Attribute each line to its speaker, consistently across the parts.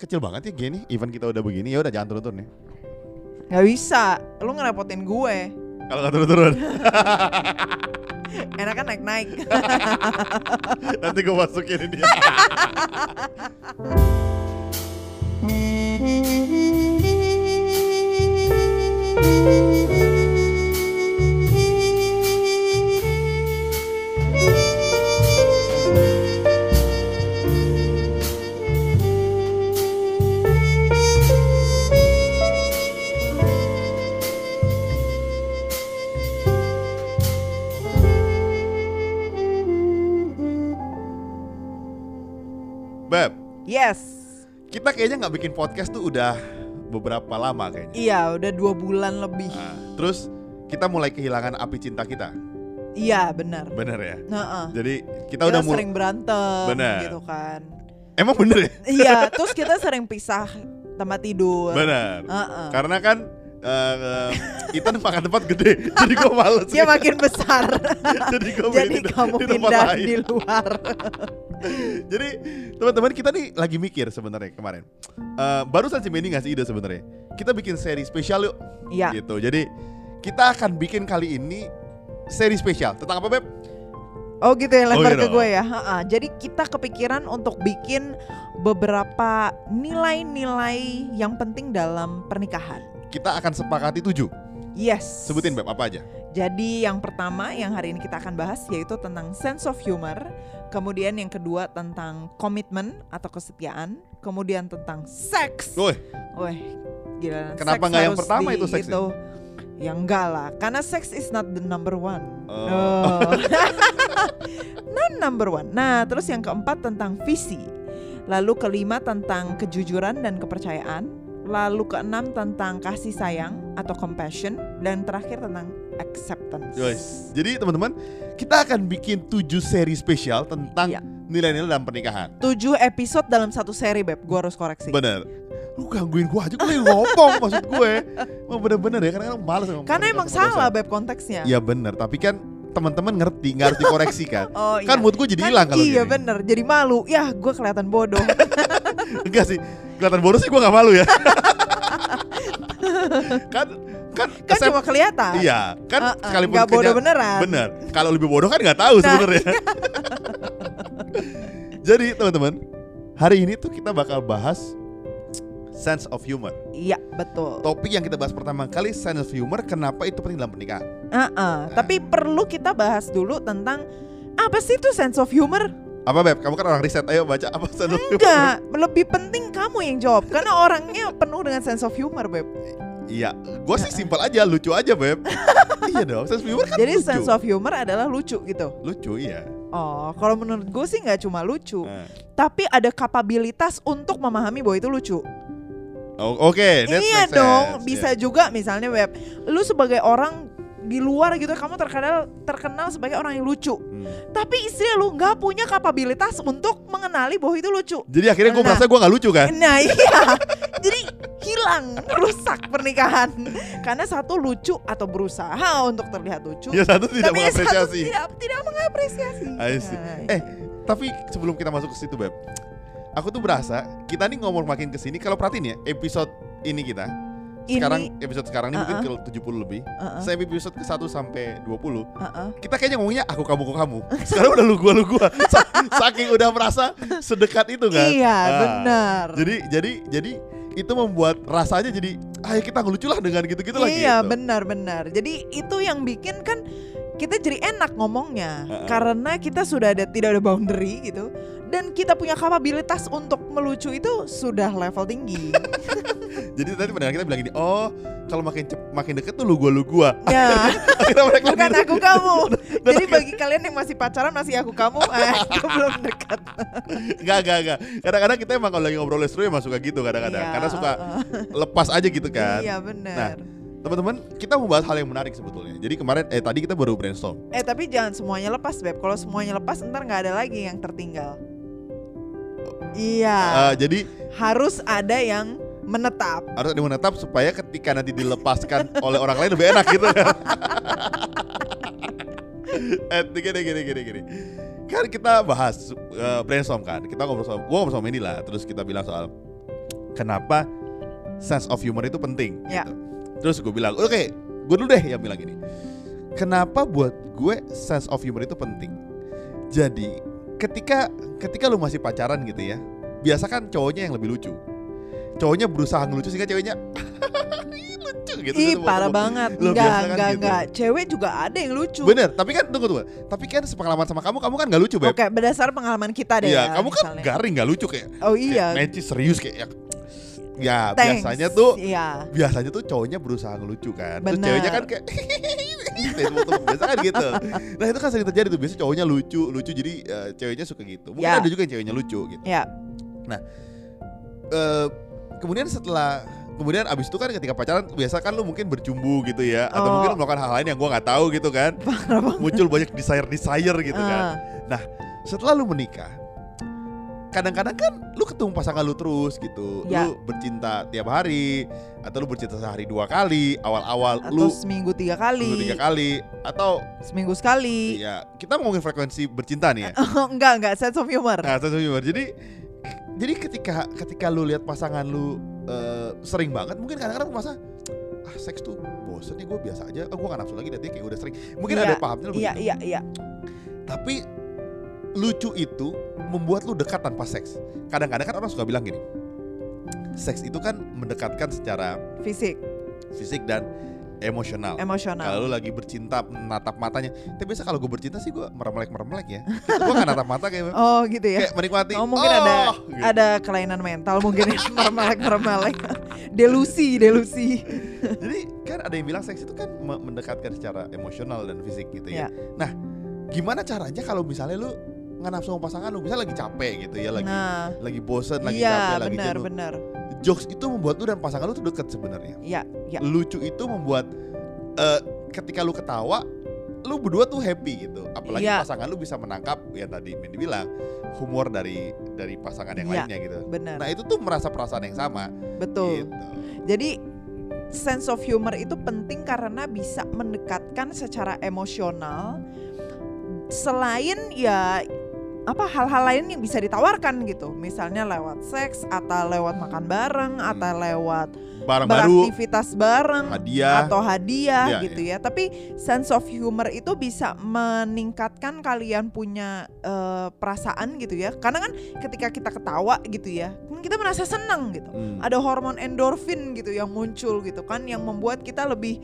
Speaker 1: kecil banget ya gini event kita udah begini ya udah jangan turun-turun ya
Speaker 2: Gak bisa, lu ngerepotin gue.
Speaker 1: kalau nggak turun-turun
Speaker 2: Enak kan naik-naik.
Speaker 1: nanti gue masukin ini Beb
Speaker 2: yes.
Speaker 1: kita kayaknya nggak bikin podcast tuh udah beberapa lama kayaknya
Speaker 2: Iya, udah dua bulan lebih.
Speaker 1: Nah, terus kita mulai kehilangan api cinta kita
Speaker 2: Iya, benar.
Speaker 1: bener ya
Speaker 2: Heeh.
Speaker 1: jadi kita
Speaker 2: Kita
Speaker 1: udah mulai
Speaker 2: sering berantem
Speaker 1: Benar.
Speaker 2: gitu kan.
Speaker 1: emang bener ya
Speaker 2: Iya, terus kita sering pisah tempat tidur.
Speaker 1: bener
Speaker 2: Heeh.
Speaker 1: karena kan kita makan tempat gede jadi gue males
Speaker 2: Dia makin besar.
Speaker 1: jadi gue
Speaker 2: Iya, Jadi kamu pindah di luar.
Speaker 1: Jadi teman-teman kita nih lagi mikir sebenarnya kemarin. Eh baru saja Benny ngasih ide sebenarnya. Kita bikin seri spesial yuk.
Speaker 2: Iya,
Speaker 1: Gitu. Jadi kita akan bikin kali ini seri spesial tentang apa beb?
Speaker 2: Oh gitu ya
Speaker 1: Oh
Speaker 2: lempar
Speaker 1: gitu.
Speaker 2: ke gue ya. Ha-ha. Jadi kita kepikiran untuk bikin beberapa nilai-nilai yang penting dalam pernikahan.
Speaker 1: Kita akan sepakati tujuh.
Speaker 2: Yes.
Speaker 1: Sebutin beb apa aja?
Speaker 2: Jadi yang pertama yang hari ini kita akan bahas yaitu tentang sense of humor, kemudian yang kedua tentang komitmen atau kesetiaan, kemudian tentang seks.
Speaker 1: Woi,
Speaker 2: Weh, gila.
Speaker 1: Kenapa
Speaker 2: seks
Speaker 1: nggak yang
Speaker 2: harus
Speaker 1: pertama
Speaker 2: di-
Speaker 1: itu seksnya?
Speaker 2: gitu. Ya enggak lah, karena sex is not the number one.
Speaker 1: Oh.
Speaker 2: No. not number one. Nah, terus yang keempat tentang visi. Lalu kelima tentang kejujuran dan kepercayaan. Lalu keenam tentang kasih sayang atau compassion. Dan terakhir tentang acceptance.
Speaker 1: guys. eh. Jadi teman-teman kita akan bikin tujuh seri spesial tentang
Speaker 2: Iya.
Speaker 1: nilai-nilai dalam pernikahan.
Speaker 2: Tujuh episode dalam satu seri, Beb. Gue harus koreksi.
Speaker 1: Bener. Lu gangguin gua aja, gue lagi ngomong maksud gue. Emang bener-bener ya, karena kadang males sama
Speaker 2: Karena emang
Speaker 1: podcast-podcast.
Speaker 2: salah, Beb, konteksnya.
Speaker 1: Iya bener, tapi kan teman-teman ngerti nggak harus dikoreksi kan?
Speaker 2: Oh iya.
Speaker 1: kan mood gue jadi
Speaker 2: Kan
Speaker 1: hilang kalau
Speaker 2: iya
Speaker 1: gini.
Speaker 2: bener jadi malu ya gue kelihatan bodoh
Speaker 1: Enggak sih, kelihatan bodoh sih gue nggak malu ya. kan kan,
Speaker 2: kan
Speaker 1: kesep-
Speaker 2: cuma kelihatan
Speaker 1: iya kan
Speaker 2: Heeh,
Speaker 1: sekalipun
Speaker 2: nggak bodoh
Speaker 1: kerja-
Speaker 2: beneran
Speaker 1: bener. Kalau lebih bodoh kan nggak tahu
Speaker 2: Nah,
Speaker 1: sebenarnya. jadi teman-teman hari ini tuh kita bakal bahas sense of humor.
Speaker 2: iya betul
Speaker 1: Topik yang kita bahas pertama kali sense of humor kenapa itu penting dalam pernikahan?
Speaker 2: Heeh,
Speaker 1: Nah.
Speaker 2: tapi perlu kita bahas dulu tentang apa sih itu sense of humor?
Speaker 1: Apa beb? Kamu kan orang riset, ayo baca apa sense of humor?
Speaker 2: Enggak, lebih penting kamu yang jawab karena orangnya penuh dengan sense of humor, Beb.
Speaker 1: Iya, gue sih simpel aja, lucu aja beb. iya dong, sense of humor kan
Speaker 2: Jadi
Speaker 1: lucu.
Speaker 2: sense of humor adalah lucu gitu.
Speaker 1: lucu iya.
Speaker 2: Oh, kalau menurut gue sih nggak cuma lucu,
Speaker 1: Nah.
Speaker 2: tapi ada kapabilitas untuk memahami bahwa itu lucu.
Speaker 1: O- Oke, that
Speaker 2: iya
Speaker 1: makes sense.
Speaker 2: dong, bisa
Speaker 1: Iya.
Speaker 2: juga misalnya Beb, lu sebagai orang di luar gitu kamu terkenal terkenal sebagai orang yang lucu.
Speaker 1: Hmm.
Speaker 2: Tapi istri lu nggak punya kapabilitas untuk mengenali bahwa itu lucu.
Speaker 1: Jadi akhirnya gue
Speaker 2: Nah.
Speaker 1: merasa gue gak lucu kan?
Speaker 2: Nah iya, jadi hilang, rusak pernikahan karena satu lucu atau berusaha untuk terlihat lucu,
Speaker 1: Ya satu tidak
Speaker 2: tapi yang satu
Speaker 1: mengapresiasi.
Speaker 2: tidak tidak mengapresiasi.
Speaker 1: I see.
Speaker 2: Nah,
Speaker 1: Eh, tapi sebelum kita masuk ke situ beb, aku tuh berasa kita nih ngomong makin kesini kalau perhatiin ya episode ini kita
Speaker 2: ini,
Speaker 1: sekarang episode sekarang ini
Speaker 2: Uh-uh.
Speaker 1: mungkin ke 70 lebih.
Speaker 2: uh-uh,
Speaker 1: Saya episode ke 1 sampai 20
Speaker 2: uh-uh.
Speaker 1: kita kayaknya ngomongnya aku kamu aku kamu. Sekarang udah lu gua lu gua. Sa- Saking udah merasa sedekat itu kan.
Speaker 2: Iya
Speaker 1: Ah.
Speaker 2: benar.
Speaker 1: Jadi jadi jadi itu membuat rasanya jadi ayo kita ngelucu lah dengan gitu-gitu lagi.
Speaker 2: Iya
Speaker 1: gitu.
Speaker 2: benar-benar. Jadi itu yang bikin kan kita jadi enak ngomongnya
Speaker 1: Heeh.
Speaker 2: karena kita sudah ada tidak ada boundary gitu dan kita punya kapabilitas untuk melucu itu sudah level tinggi.
Speaker 1: Jadi tadi pendengar kita bilang gini, "Oh, kalau makin cep- makin deket tuh lu gua lu gua."
Speaker 2: ya,
Speaker 1: Akhirnya mereka
Speaker 2: bukan
Speaker 1: gitu.
Speaker 2: aku kamu.
Speaker 1: Dan
Speaker 2: Jadi bagi kalian yang masih pacaran masih aku kamu, eh, itu belum dekat.
Speaker 1: Enggak, enggak, enggak. Kadang-kadang kita emang kalau lagi ngobrol seru emang suka gitu kadang-kadang.
Speaker 2: Iya,
Speaker 1: Karena suka
Speaker 2: heeh.
Speaker 1: lepas aja gitu kan.
Speaker 2: Iya benar.
Speaker 1: Teman-teman, kita mau bahas hal yang menarik sebetulnya. Jadi kemarin eh tadi kita baru brainstorm.
Speaker 2: Eh tapi jangan semuanya lepas beb. Kalau semuanya lepas ntar nggak ada lagi yang tertinggal. Iya.
Speaker 1: Eh, jadi
Speaker 2: harus ada yang menetap.
Speaker 1: harus ada yang menetap supaya ketika nanti dilepaskan oleh orang lain lebih enak gitu kan. eh, gini, gini, gini, gini. Kan kita bahas eh, brainstorm kan. Kita ngobrol sama, gua ngobrol sama Mandy lah. Terus kita bilang soal kenapa sense of humor itu penting.
Speaker 2: Ya.
Speaker 1: gitu. Terus gue bilang, oke, gue dulu deh yang bilang gini. Kenapa buat gue sense of humor itu penting? Jadi ketika ketika lu masih pacaran gitu ya, biasa kan cowoknya yang lebih lucu. Cowoknya berusaha ngelucu sehingga ceweknya lucu gitu.
Speaker 2: Ih
Speaker 1: gitu,
Speaker 2: parah
Speaker 1: ngomong.
Speaker 2: banget.
Speaker 1: Luar
Speaker 2: Enggak,
Speaker 1: biasa kan
Speaker 2: enggak,
Speaker 1: gitu.
Speaker 2: enggak. Cewek juga ada yang lucu.
Speaker 1: Bener, tapi kan tunggu tunggu. Tapi kan sepengalaman sama kamu, kamu kan nggak lucu, Beb.
Speaker 2: Oke, berdasar pengalaman kita deh
Speaker 1: Iya,
Speaker 2: ya.
Speaker 1: kamu kan
Speaker 2: misalnya.
Speaker 1: garing nggak lucu kayak.
Speaker 2: Oh
Speaker 1: kayak
Speaker 2: iya.
Speaker 1: Meci serius kayak. Ya,
Speaker 2: thanks.
Speaker 1: biasanya tuh
Speaker 2: Iya.
Speaker 1: biasanya tuh cowoknya berusaha ngelucu kan terus
Speaker 2: Bener.
Speaker 1: ceweknya kan kayak Facebook-Facebook, biasa kan gitu nah itu kan sering terjadi tuh biasanya cowoknya lucu lucu jadi eh, ceweknya suka gitu mungkin
Speaker 2: Ya.
Speaker 1: ada juga yang ceweknya lucu gitu
Speaker 2: Ya,
Speaker 1: Eh, kemudian setelah kemudian abis itu kan ketika pacaran biasa kan lu mungkin berjumbu gitu ya atau
Speaker 2: Oh.
Speaker 1: mungkin lu melakukan hal lain yang gua nggak tahu gitu kan
Speaker 2: parah banget.
Speaker 1: muncul banyak desire desire gitu kan
Speaker 2: Ah,
Speaker 1: setelah lu menikah kadang-kadang kan lu ketemu pasangan lu terus gitu
Speaker 2: Ya.
Speaker 1: lu bercinta tiap hari atau lu bercinta sehari dua kali awal-awal
Speaker 2: atau
Speaker 1: lu
Speaker 2: seminggu tiga
Speaker 1: Dua,
Speaker 2: kali,
Speaker 1: tiga kali atau
Speaker 2: seminggu sekali.
Speaker 1: ya kita mau ngomongin frekuensi bercinta nih ya.
Speaker 2: Oh, enggak, enggak sense of humor.
Speaker 1: Nah, sense of humor. Jadi jadi ketika ketika lu lihat pasangan lu eh, sering banget mungkin kadang-kadang lu merasa ah seks tuh bosen nih gue biasa aja oh, gue gak nafsu lagi nanti kayak udah sering mungkin
Speaker 2: Iya,
Speaker 1: ada pahamnya lu
Speaker 2: Iya,
Speaker 1: begitu.
Speaker 2: iya, iya.
Speaker 1: tapi lucu itu membuat lu dekat tanpa seks kadang-kadang kan orang suka bilang gini seks itu kan mendekatkan secara
Speaker 2: Fisik,
Speaker 1: fisik dan emosional
Speaker 2: emosional.
Speaker 1: Kalau lu lagi bercinta menatap matanya. Tapi biasa kalau gue bercinta sih gue meremelek-meremelek ya. gue gak natap mata kayak
Speaker 2: Oh, gitu ya.
Speaker 1: kayak menikmati.
Speaker 2: Oh, mungkin ada
Speaker 1: gitu.
Speaker 2: Ada kelainan mental mungkin mermelek-mermelek. delusi, delusi.
Speaker 1: Jadi kan ada yang bilang seks itu kan me- mendekatkan secara emosional dan fisik gitu ya.
Speaker 2: Ya.
Speaker 1: Nah, gimana caranya kalau misalnya lu nggak nafsu sama pasangan lu, misalnya lagi capek gitu ya, lagi
Speaker 2: Nah,
Speaker 1: lagi bosen, lagi capek,
Speaker 2: iya
Speaker 1: lagi
Speaker 2: benar,
Speaker 1: jenuh.
Speaker 2: benar.
Speaker 1: Jokes itu membuat lu dan pasangan lu tuh deket sebenarnya.
Speaker 2: Iya, iya.
Speaker 1: Lucu itu membuat eh, ketika lu ketawa lu berdua tuh happy gitu. Apalagi
Speaker 2: Iya.
Speaker 1: pasangan lu bisa menangkap ya tadi Mindy bilang humor dari dari pasangan yang
Speaker 2: Iya.
Speaker 1: lainnya gitu.
Speaker 2: Benar.
Speaker 1: Nah, itu tuh merasa perasaan yang sama
Speaker 2: Betul.
Speaker 1: gitu.
Speaker 2: Jadi sense of humor itu penting karena bisa mendekatkan secara emosional selain ya apa hal-hal lain yang bisa ditawarkan gitu. Misalnya lewat seks atau lewat makan bareng
Speaker 1: Hmm.
Speaker 2: atau lewat
Speaker 1: Barang baru,
Speaker 2: beraktivitas bareng
Speaker 1: hadiah
Speaker 2: atau
Speaker 1: Iya,
Speaker 2: hadiah gitu ya. Tapi sense of humor itu bisa meningkatkan kalian punya eh, perasaan gitu ya. Karena kan ketika kita ketawa gitu ya, kan kita merasa senang gitu.
Speaker 1: Hmm.
Speaker 2: Ada hormon endorfin gitu yang muncul gitu kan yang membuat kita lebih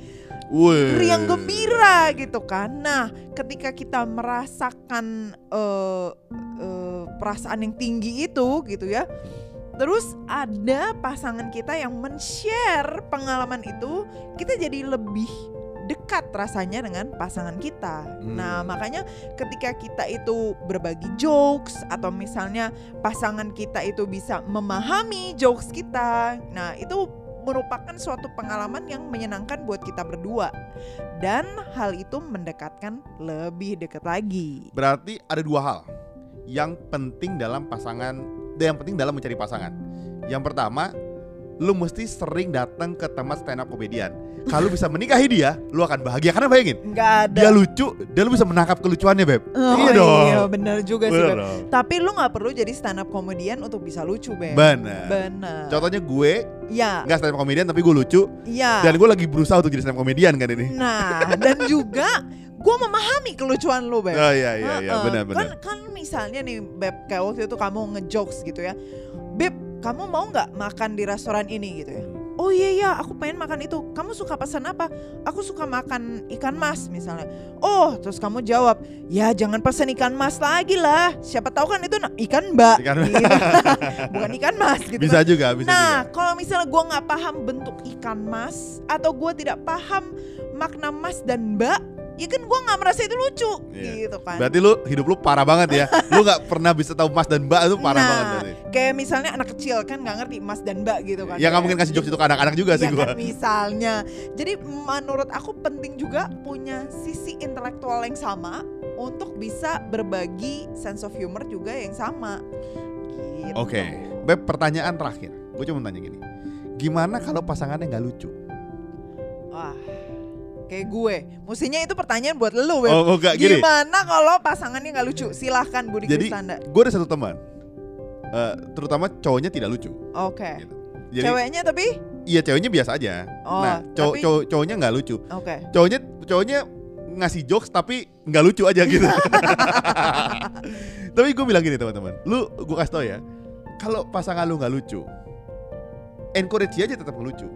Speaker 1: Wih.
Speaker 2: riang gembira gitu kan. Nah, ketika kita merasakan eh, eh, perasaan yang tinggi itu gitu ya. Terus ada pasangan kita yang men-share pengalaman itu, kita jadi lebih dekat rasanya dengan pasangan kita.
Speaker 1: Hmm.
Speaker 2: Nah, makanya ketika kita itu berbagi jokes atau misalnya pasangan kita itu bisa memahami jokes kita. Nah, itu merupakan suatu pengalaman yang menyenangkan buat kita berdua dan hal itu mendekatkan lebih dekat lagi.
Speaker 1: Berarti ada dua hal yang penting dalam pasangan, dan yang penting dalam mencari pasangan. Yang pertama, lu mesti sering datang ke tempat stand up komedian. Kalau bisa menikahi dia, lu akan bahagia karena bayangin,
Speaker 2: Nggak ada.
Speaker 1: dia lucu, dia Iya lu bisa menangkap kelucuannya, Beb.
Speaker 2: Oh,
Speaker 1: iya dong.
Speaker 2: iya, bener juga sih.
Speaker 1: Bener
Speaker 2: Beb.
Speaker 1: dong.
Speaker 2: Tapi lu nggak perlu jadi stand up komedian untuk bisa lucu, Beb.
Speaker 1: Bener.
Speaker 2: Bener.
Speaker 1: Contohnya gue
Speaker 2: Ya,
Speaker 1: nggak stand up komedian tapi gue lucu
Speaker 2: ya.
Speaker 1: dan gue lagi berusaha untuk jadi stand up komedian kan ini.
Speaker 2: Nah, dan juga gue memahami kelucuan lu, Beb.
Speaker 1: Oh iya iya iya
Speaker 2: Heeh.
Speaker 1: benar benar.
Speaker 2: Kan kan misalnya nih Beb kayak waktu itu kamu ngejokes gitu ya. Beb, kamu mau nggak makan di restoran ini gitu ya? Oh iya iya, aku pengen makan itu. Kamu suka pesan apa? Aku suka makan ikan mas misalnya. Oh, terus kamu jawab, ya jangan pesan ikan mas lagi lah. Siapa tahu kan itu na- ikan mbak,
Speaker 1: Ikan-
Speaker 2: Gitu. bukan ikan mas gitu.
Speaker 1: Hmm. Kan? Bisa
Speaker 2: kan.
Speaker 1: juga, bisa juga.
Speaker 2: Nah, kalau misalnya gua nggak paham bentuk ikan mas atau gua tidak paham makna mas dan mbak, ya kan gua nggak merasa itu lucu,
Speaker 1: Iya.
Speaker 2: gitu kan.
Speaker 1: Berarti lu hidup lu parah banget ya. Lu nggak pernah bisa tahu mas dan mbak itu parah
Speaker 2: Nah,
Speaker 1: banget berarti.
Speaker 2: Kayak misalnya anak kecil kan nggak ngerti mas dan mbak gitu kan.
Speaker 1: Ya nggak mungkin kasih jokes itu ke anak-anak juga sih
Speaker 2: Iya
Speaker 1: gue.
Speaker 2: kan, misalnya. Jadi menurut aku penting juga punya sisi intelektual yang sama untuk bisa berbagi sense of humor juga yang sama. Gitu.
Speaker 1: Oke, Beb pertanyaan terakhir. Gue cuma tanya gini, gimana kalau pasangannya nggak lucu?
Speaker 2: Wah. Kayak gue, mestinya itu pertanyaan buat lu, Beb.
Speaker 1: Oh, enggak gini.
Speaker 2: Gimana kalau pasangannya nggak lucu? Silahkan Budi
Speaker 1: Jadi-
Speaker 2: Kristanda.
Speaker 1: Gue ada satu teman, eh, terutama cowoknya tidak lucu.
Speaker 2: Oke.
Speaker 1: Gitu. Jadi
Speaker 2: Ceweknya tapi
Speaker 1: iya ceweknya biasa aja.
Speaker 2: Oh,
Speaker 1: nah, cowok
Speaker 2: tapi-
Speaker 1: cowok- cowoknya nggak lucu.
Speaker 2: oke.
Speaker 1: Cowoknya cowoknya ngasih jokes tapi nggak lucu aja gitu. tapi gue bilang gini teman-teman, lu gue kasih tau ya, kalau pasangan lu nggak lucu, encourage dia aja tetap lucu.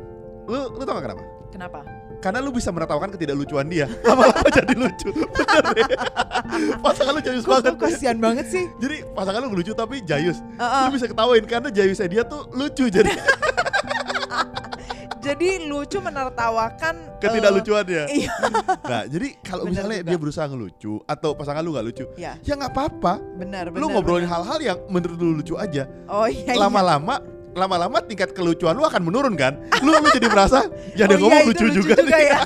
Speaker 1: Lu lu tau gak kenapa?
Speaker 2: Kenapa?
Speaker 1: Karena lu bisa menertawakan ketidaklucuan dia Lama-lama jadi lucu Bener deh Pasangan lu jayus
Speaker 2: Kok
Speaker 1: banget
Speaker 2: kok kasihan banget sih.
Speaker 1: Jadi pasangan lu lucu tapi jayus
Speaker 2: Heeh.
Speaker 1: Lu bisa ketawain karena jayusnya dia tuh lucu Jadi
Speaker 2: Jadi lucu menertawakan eh,
Speaker 1: ketidaklucuannya
Speaker 2: Iya.
Speaker 1: Nah jadi kalau
Speaker 2: Bener
Speaker 1: misalnya
Speaker 2: juga.
Speaker 1: dia berusaha ngelucu Atau pasangan lu nggak lucu
Speaker 2: Ya,
Speaker 1: Ya nggak apa-apa
Speaker 2: benar benar.
Speaker 1: Lu ngobrolin
Speaker 2: benar.
Speaker 1: hal-hal yang menurut lu lucu aja
Speaker 2: Oh iya. iya.
Speaker 1: Lama-lama Lama-lama tingkat kelucuan lu akan menurun kan Lu, lu jadi merasa Ya
Speaker 2: Oh
Speaker 1: dia
Speaker 2: iya,
Speaker 1: ngomong
Speaker 2: itu
Speaker 1: lucu, juga, nih.
Speaker 2: ya.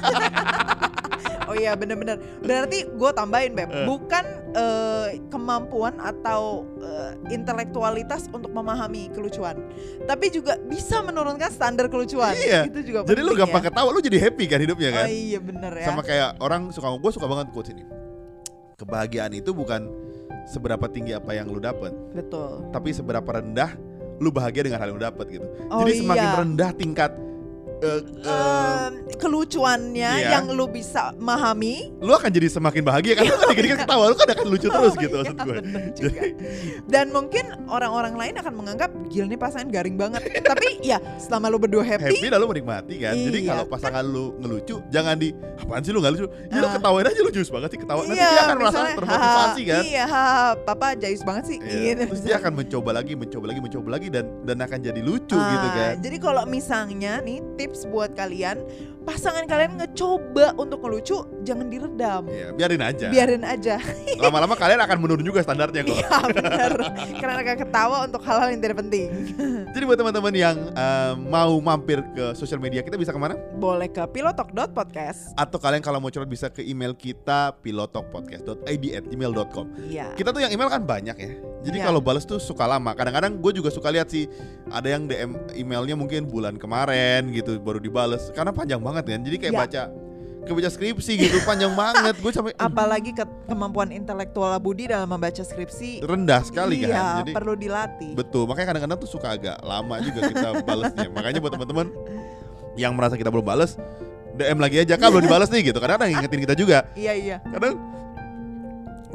Speaker 2: oh iya benar-benar. Berarti gue tambahin beb,
Speaker 1: Eh.
Speaker 2: bukan eh, kemampuan atau eh, intelektualitas untuk memahami kelucuan, tapi juga bisa menurunkan standar kelucuan.
Speaker 1: Iya.
Speaker 2: Itu juga.
Speaker 1: Jadi lu
Speaker 2: penting
Speaker 1: gampang
Speaker 2: ya.
Speaker 1: ketawa Lu jadi happy kan hidupnya kan
Speaker 2: Oh iya benar ya.
Speaker 1: sama kayak orang suka gue suka banget quotes ini kebahagiaan itu bukan seberapa tinggi apa yang lu dapet
Speaker 2: Betul.
Speaker 1: tapi seberapa rendah lu bahagia dengan hal yang lu dapet gitu
Speaker 2: Oh
Speaker 1: jadi
Speaker 2: iya.
Speaker 1: semakin rendah tingkat eh, eh,
Speaker 2: Em, kelucuannya
Speaker 1: iya.
Speaker 2: yang lu bisa memahami Oh,
Speaker 1: lu akan jadi semakin bahagia karena lu kan dikit-dikit ketawa lu kan akan lucu terus
Speaker 2: Iya,
Speaker 1: gitu maksud gue Jadi-
Speaker 2: Dan mungkin orang-orang lain akan menganggap gila nih pasangan garing banget. Tapi ya selama lu berdua happy,
Speaker 1: happy dan lu menikmati kan jadi
Speaker 2: Iya,
Speaker 1: kalau pasangan lu ngelucu jangan di apaan sih lu nggak lucu ya lu
Speaker 2: Ah. Iya,
Speaker 1: ketawain aja lu jus banget sih ketawa Oh, nanti dia akan merasa
Speaker 2: misalnya,
Speaker 1: termotivasi
Speaker 2: "Haha,
Speaker 1: kan
Speaker 2: Iya, haha, papa jayus banget sih.
Speaker 1: Iya.
Speaker 2: gitu.
Speaker 1: terus dia akan mencoba lagi mencoba lagi mencoba lagi dan dan akan jadi lucu gitu
Speaker 2: Ah,
Speaker 1: kan
Speaker 2: Jadi kalau misalnya nih tips buat kalian, pasangan kalian ngecoba untuk ngelucu, jangan diredam.
Speaker 1: Iya, biarin aja.
Speaker 2: Biarin aja.
Speaker 1: Lama-lama kalian akan menurun juga standarnya kok.
Speaker 2: Iya, benar. Karena agak ketawa untuk hal-hal yang tidak penting.
Speaker 1: Jadi buat teman-teman yang eh, mau mampir ke sosial media kita bisa kemana?
Speaker 2: Boleh ke pilotok.podcast.
Speaker 1: Atau kalian kalau mau curhat bisa ke email kita pilotokpodcast.id@gmail.com.
Speaker 2: Iya.
Speaker 1: Kita tuh yang email kan banyak ya. Jadi
Speaker 2: Iya.
Speaker 1: kalau bales tuh suka lama. Kadang-kadang gue juga suka lihat sih ada yang DM emailnya mungkin bulan kemarin gitu baru dibales karena panjang banget kan. Jadi kayak
Speaker 2: Iya.
Speaker 1: baca kebaca skripsi gitu panjang banget. Gue sampai "Eh,
Speaker 2: Apalagi ke kemampuan intelektual Budi dalam membaca skripsi.
Speaker 1: rendah sekali
Speaker 2: iya,
Speaker 1: kan. Jadi
Speaker 2: perlu dilatih.
Speaker 1: Betul, makanya kadang-kadang tuh suka agak lama juga kita balesnya. makanya buat teman-teman yang merasa kita belum bales, DM lagi aja kan belum dibales nih gitu. Kadang-kadang ngingetin kita juga.
Speaker 2: Iya, iya.
Speaker 1: Kadang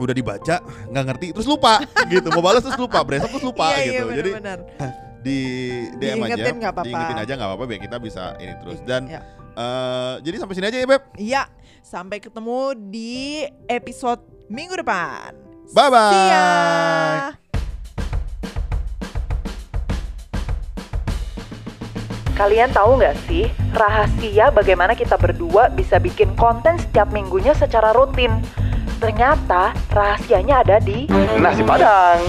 Speaker 1: udah dibaca nggak ngerti terus lupa gitu mau balas terus lupa besok terus lupa
Speaker 2: iya,
Speaker 1: gitu
Speaker 2: iya,
Speaker 1: jadi
Speaker 2: benar-benar.
Speaker 1: di DM aja
Speaker 2: Diingetin nggak apa-apa.
Speaker 1: diingetin aja nggak apa-apa biar kita bisa ini terus dan
Speaker 2: Iya.
Speaker 1: eh, jadi sampai sini aja ya beb
Speaker 2: Iya, sampai ketemu di episode minggu depan.
Speaker 1: bye bye
Speaker 2: See ya.
Speaker 3: Kalian tahu nggak sih rahasia bagaimana kita berdua bisa bikin konten setiap minggunya secara rutin? Ternyata rahasianya ada di
Speaker 4: Nasi Padang.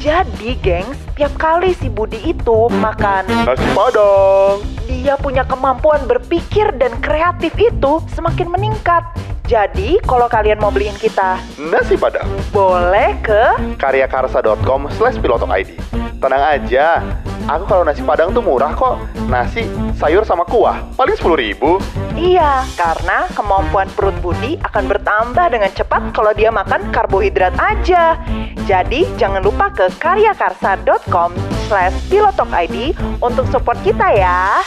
Speaker 3: jadi gengs setiap kali si Budi itu makan
Speaker 4: Nasi Padang.
Speaker 3: dia punya kemampuan berpikir dan kreatif itu semakin meningkat. Jadi kalau kalian mau beliin kita
Speaker 4: Nasi Padang.
Speaker 3: boleh ke
Speaker 4: Karyakarsa.com slash pilotokid. Tenang aja, aku kalau nasi Padang tuh murah kok. Nasi, sayur sama kuah, paling 10.000 ribu.
Speaker 3: Iya, karena kemampuan perut Budi akan bertambah dengan cepat kalau dia makan karbohidrat aja. Jadi jangan lupa ke karyakarsa.com slash pilotokid untuk support kita ya.